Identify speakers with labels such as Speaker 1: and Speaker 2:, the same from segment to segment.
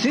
Speaker 1: す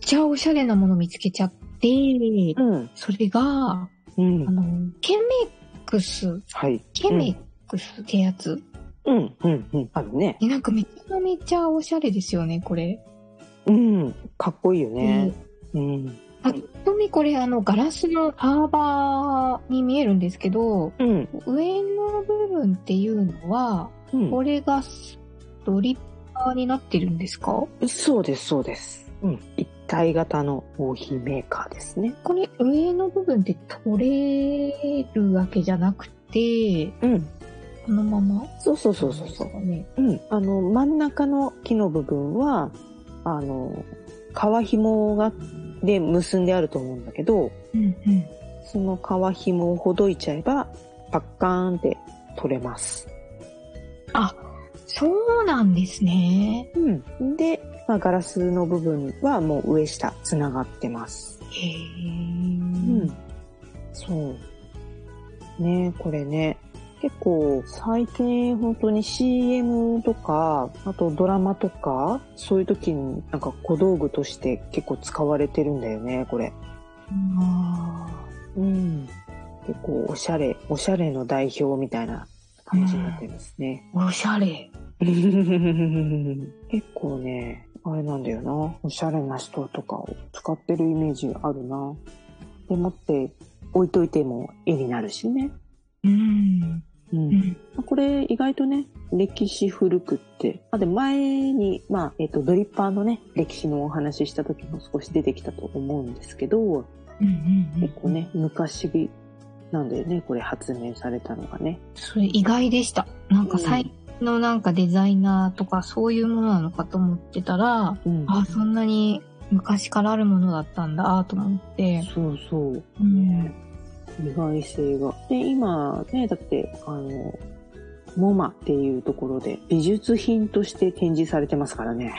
Speaker 2: ちゃおしゃれなもの見つけちゃって、
Speaker 1: うん
Speaker 2: それが、
Speaker 1: うん
Speaker 2: あの、ケメックス、
Speaker 1: はい
Speaker 2: ケメックスってやつ、
Speaker 1: うんうんうんあるね
Speaker 2: えなんかめちゃめちゃおしゃれですよね、これ。
Speaker 1: うんかっこいいよ
Speaker 2: ね。
Speaker 1: うん
Speaker 2: ぱっと見これあのガラスのハーバーに見えるんですけど、
Speaker 1: うん
Speaker 2: 上の部分っていうのは、これがストリッパーになってるんですか
Speaker 1: そうですそうですうん一体型のコーヒーメーカーですね
Speaker 2: これ上の部分って取れるわけじゃなくて、
Speaker 1: うん
Speaker 2: このまま
Speaker 1: そうそうそうそうそう
Speaker 2: う、ね。
Speaker 1: うん、あの真ん中の木の部分はあの皮紐がで結んであると思うんだけど
Speaker 2: うんうん。
Speaker 1: その皮紐をほどいちゃえばパッカーンって取れます。
Speaker 2: そうなんですね。
Speaker 1: うん、で、まあ、ガラスの部分はもう上下つながってます。
Speaker 2: へえ。
Speaker 1: うん、そう。ねこれね。結構最近本当に CM とか、あとドラマとか、そういう時になんか小道具として結構使われてるんだよね、これ。
Speaker 2: あ
Speaker 1: うん。結構おしゃれ、おしゃれの代表みたいな感じになってますね。
Speaker 2: ーおしゃれ。
Speaker 1: 結構ね、あれなんだよな。おしゃれな人とかを使ってるイメージあるな。でもって置いといても絵になるしね。
Speaker 2: うん。
Speaker 1: う。
Speaker 2: うんん。
Speaker 1: これ意外とね、歴史古くって。あ、で、前に、まあ、えっ、と、ドリッパーのね、歴史のお話しした時も少し出てきたと思うんですけど、
Speaker 2: うんうんうん
Speaker 1: 結構ね、昔なんだよね、これ発明されたのがね。
Speaker 2: それ意外でした。なんか最近のなんかデザイナーとかそういうものなのかと思ってたら、
Speaker 1: うん。
Speaker 2: あ、そんなに昔からあるものだったんだと思って。
Speaker 1: そうそう。
Speaker 2: うん。
Speaker 1: 意外性が。で、今ね、だって、あの、モマっていうところで美術品として展示されてますからね。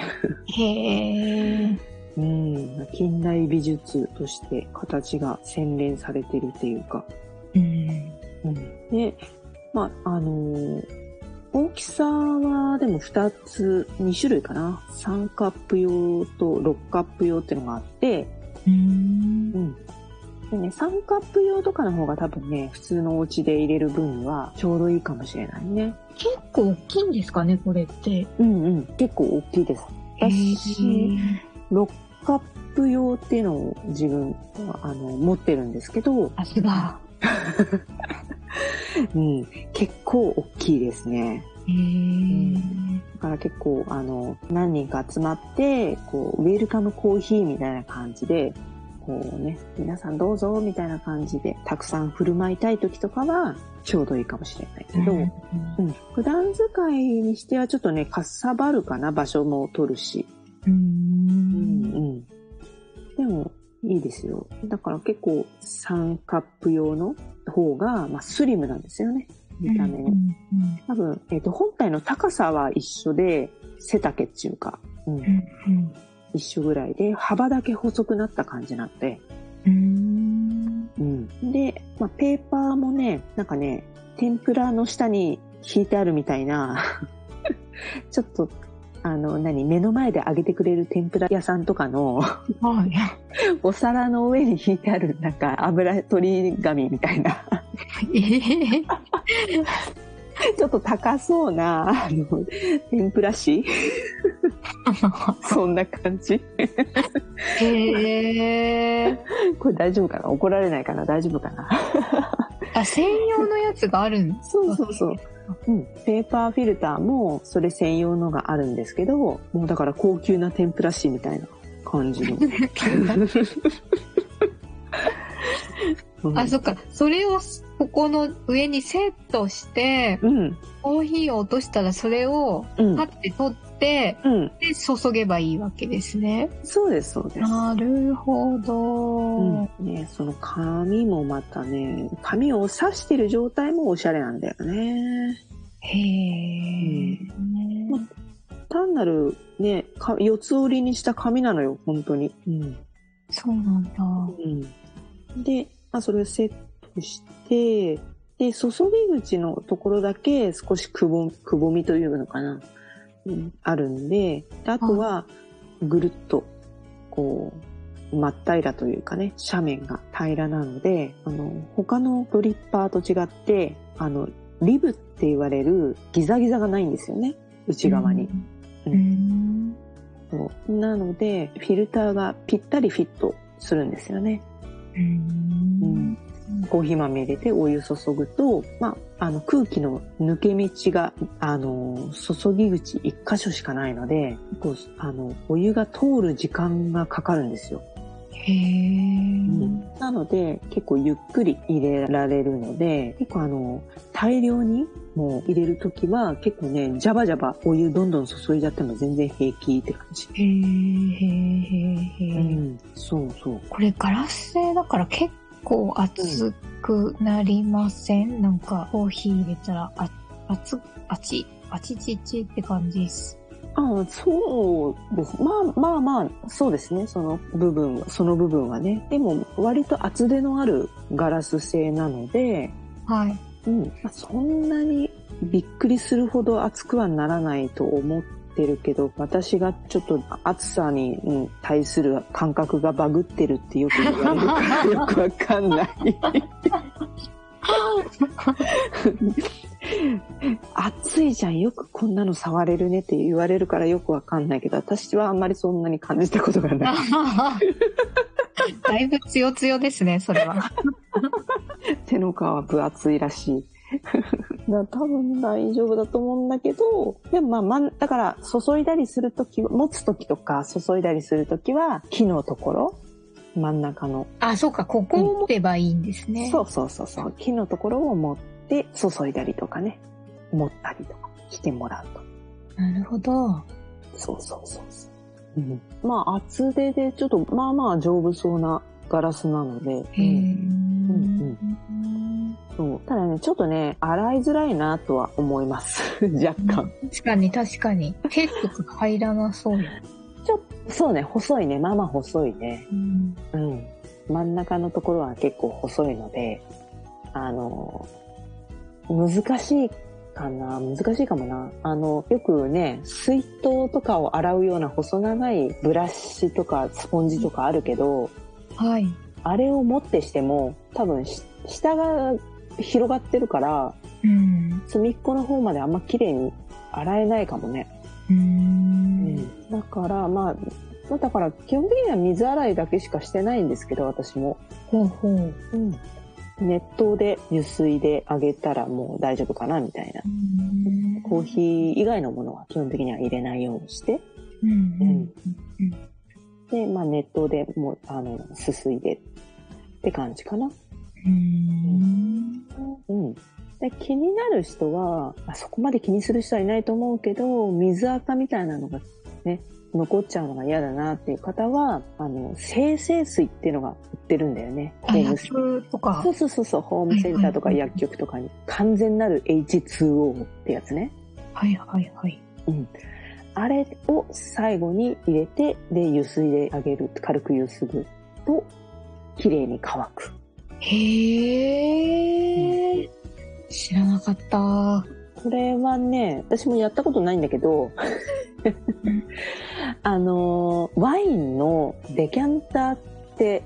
Speaker 2: へえ。
Speaker 1: うん。近代美術として形が洗練されてるっていうか。
Speaker 2: うん。
Speaker 1: うん。で、まあ、あの、大きさはでも2つ、2種類かな。3カップ用と6カップ用っていうのがあって、
Speaker 2: うん
Speaker 1: う。ん。でね、3カップ用とかの方が多分ね、普通のお家で入れる分にはちょうどいいかもしれないね。
Speaker 2: 結構大きいんですかね、これって。
Speaker 1: うんうん。結構大きいです。私、6カップ用っていうのを自分は、あの、持ってるんですけど、
Speaker 2: さすが。
Speaker 1: うん。結構大きいですね。
Speaker 2: へえ。
Speaker 1: だから結構、あの、何人か集まって、こう、ウェルカムコーヒーみたいな感じで、こうね、皆さんどうぞみたいな感じで、たくさん振る舞いたい時とかは、ちょうどいいかもしれないけど、
Speaker 2: うん
Speaker 1: うん、普段使いにしてはちょっとね、かっさばるかな、場所も取るし。
Speaker 2: う。
Speaker 1: うんん。でも、いいですよ。だから結構、3カップ用の方が、まあ、スリムなんですよね。見た目
Speaker 2: う
Speaker 1: の。
Speaker 2: ん
Speaker 1: 多分、えっ、と、本体の高さは一緒で、背丈っていうか、う、
Speaker 2: うんんうん
Speaker 1: 一緒ぐらいで、幅だけ細くなった感じなんで。
Speaker 2: うん
Speaker 1: うん。で、まあ、ペーパーもね、なんかね、天ぷらの下に敷いてあるみたいな、 ちょっと、あの、何、目の前で揚げてくれる天ぷら屋さんとかの、
Speaker 2: はい。
Speaker 1: お皿の上に敷いてある、なんか、油取り紙みたいな、
Speaker 2: ええ。
Speaker 1: ちょっと高そうな、あの、天ぷら紙そんな感じ
Speaker 2: へえ。
Speaker 1: これ大丈夫かな怒られないかな大丈夫かな
Speaker 2: あ、専用のやつがある ん
Speaker 1: そうそうそう。うん、ペーパーフィルターもそれ専用のがあるんですけどもうだから高級な天ぷら紙みたいな感 じのうん
Speaker 2: あ、そっか。それをここの上にセットして、
Speaker 1: うん
Speaker 2: コーヒーを落としたらそれを
Speaker 1: うん
Speaker 2: パッて取って、
Speaker 1: うん
Speaker 2: で、注げばいいわけですね。
Speaker 1: そうですそうです
Speaker 2: なるほど。
Speaker 1: うんね、その紙もまたね紙を刺してる状態もおしゃれなんだよね
Speaker 2: へえ、
Speaker 1: う単なるねか四つ折りにした紙なのよ本当に、うん
Speaker 2: そうなんだ。
Speaker 1: うん、で、まあ、それをセットしてで注ぎ口のところだけ少しくぼくぼみというのかな、うん、あるんでであとはぐるっとこう真っ平らというかね斜面が平らなのであの他のドリッパーと違ってあのリブって言われるギザギザがないんですよね内側に。
Speaker 2: うん。うん。
Speaker 1: そうなのでフィルターがぴったりフィットするんですよね。
Speaker 2: うん
Speaker 1: うんコーヒー豆入れてお湯注ぐと、まあ、あの空気の抜け道が、あの、注ぎ口一箇所しかないので、こう、あの、お湯が通る時間がかかるんですよ。
Speaker 2: へえ、
Speaker 1: なので、結構ゆっくり入れられるので、結構あの、大量にもう入れるときは、結構ね、ジャバジャバお湯どんどん注いじゃっても全然平気って感じ。
Speaker 2: へえ、へえ、へえ、
Speaker 1: うん、そうそう。
Speaker 2: これガラス製だから結構熱くなりません、なんかコーヒー入れたらあ熱熱い熱ちちって感じです。
Speaker 1: ああ、そうです。まあまあまあ、そうですね。その部分は、その部分はね。でも、割と厚手のあるガラス製なので、
Speaker 2: はい。
Speaker 1: うん。まあそんなにびっくりするほど厚くはならないと思ってるけど、私がちょっと厚さに、うん、対する感覚がバグってるってよく言われるから、よくわかんない。 暑いじゃんよくこんなの触れるねって言われるからよくわかんないけど私はあんまりそんなに感じたことがない
Speaker 2: だいぶ強強ですね、それは。
Speaker 1: 手の皮は分厚いらしい だ多分大丈夫だと思うんだけどでもまあまんだから注いだりするとき持つときとか注いだりするときは木のところ真ん中の、
Speaker 2: あ、そうか、ここを持てばいいんですね。
Speaker 1: そうそうそうそう木のところを持って注いだりとかね持ったりとかしてもらうと。
Speaker 2: なるほど。
Speaker 1: そうそうそうそう、うん。まあ厚手でちょっとまあまあ丈夫そうなガラスなので、
Speaker 2: へえ。
Speaker 1: んそうただねちょっとね洗いづらいなとは思います若干、
Speaker 2: 確かに確かに。結構入らなそうや。
Speaker 1: そうね細いねまあまあ細いね
Speaker 2: うん
Speaker 1: うん真ん中のところは結構細いのであの難しいかな難しいかもなあのよくね水筒とかを洗うような細長いブラシとかスポンジとかあるけど、
Speaker 2: はい。
Speaker 1: あれを持ってしても、多分し下が広がってるから、
Speaker 2: うん。
Speaker 1: 隅っこの方まであんま綺麗に洗えないかもね。
Speaker 2: うん。
Speaker 1: だから、まあ、まあだから基本的には水洗いだけしかしてないんですけど、私も。
Speaker 2: ほうほう。
Speaker 1: うん。熱湯で湯水であげたらもう大丈夫かなみたいな。コーヒー以外のものは基本的には入れないようにして。
Speaker 2: うんうん
Speaker 1: で、まあ熱湯でもう、あの、すすいでって感じかな。
Speaker 2: うん
Speaker 1: うん、で気になる人はあそこまで気にする人はいないと思うけど水垢みたいなのがね残っちゃうのが嫌だなっていう方はあの生成水っていうのが売ってるんだよね
Speaker 2: あ、
Speaker 1: ホーム
Speaker 2: 野球とか
Speaker 1: そ。うそうそうそうホームセンターとか
Speaker 2: はいはいはい
Speaker 1: 薬局とかに完全なる H2O ってやつね
Speaker 2: はいはいはい。
Speaker 1: あれを最後に入れてで湯水であげる軽く湯すぐと綺麗に乾く
Speaker 2: へえ。知らなかった。
Speaker 1: これはね、私もやったことないんだけど、 あのー、ワインのデキャンターって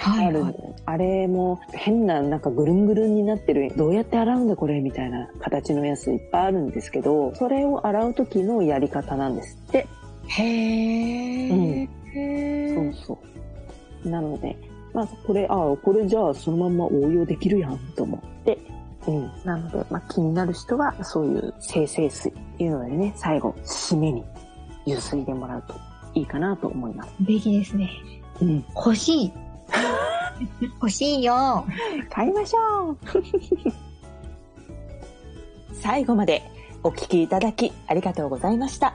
Speaker 1: あ
Speaker 2: はい
Speaker 1: る、
Speaker 2: はい。
Speaker 1: あれも変ななんかぐるんぐるんになってる、どうやって洗うんだこれみたいな形のやついっぱいあるんですけど、それを洗う時のやり方なんですって。
Speaker 2: へえ。
Speaker 1: そうそう。なので、まあ、これ、ああ、これじゃあそのまんま応用できるやんと思って、うん。なので、まあ、気になる人は、そういう生成水っていうのでね、最後、締めにゆすいでもらうといいかなと思います。
Speaker 2: べきですね。
Speaker 1: うん。
Speaker 2: 欲し い。欲しいよ。
Speaker 1: 買いましょう 最後までお聞きいただきありがとうございました。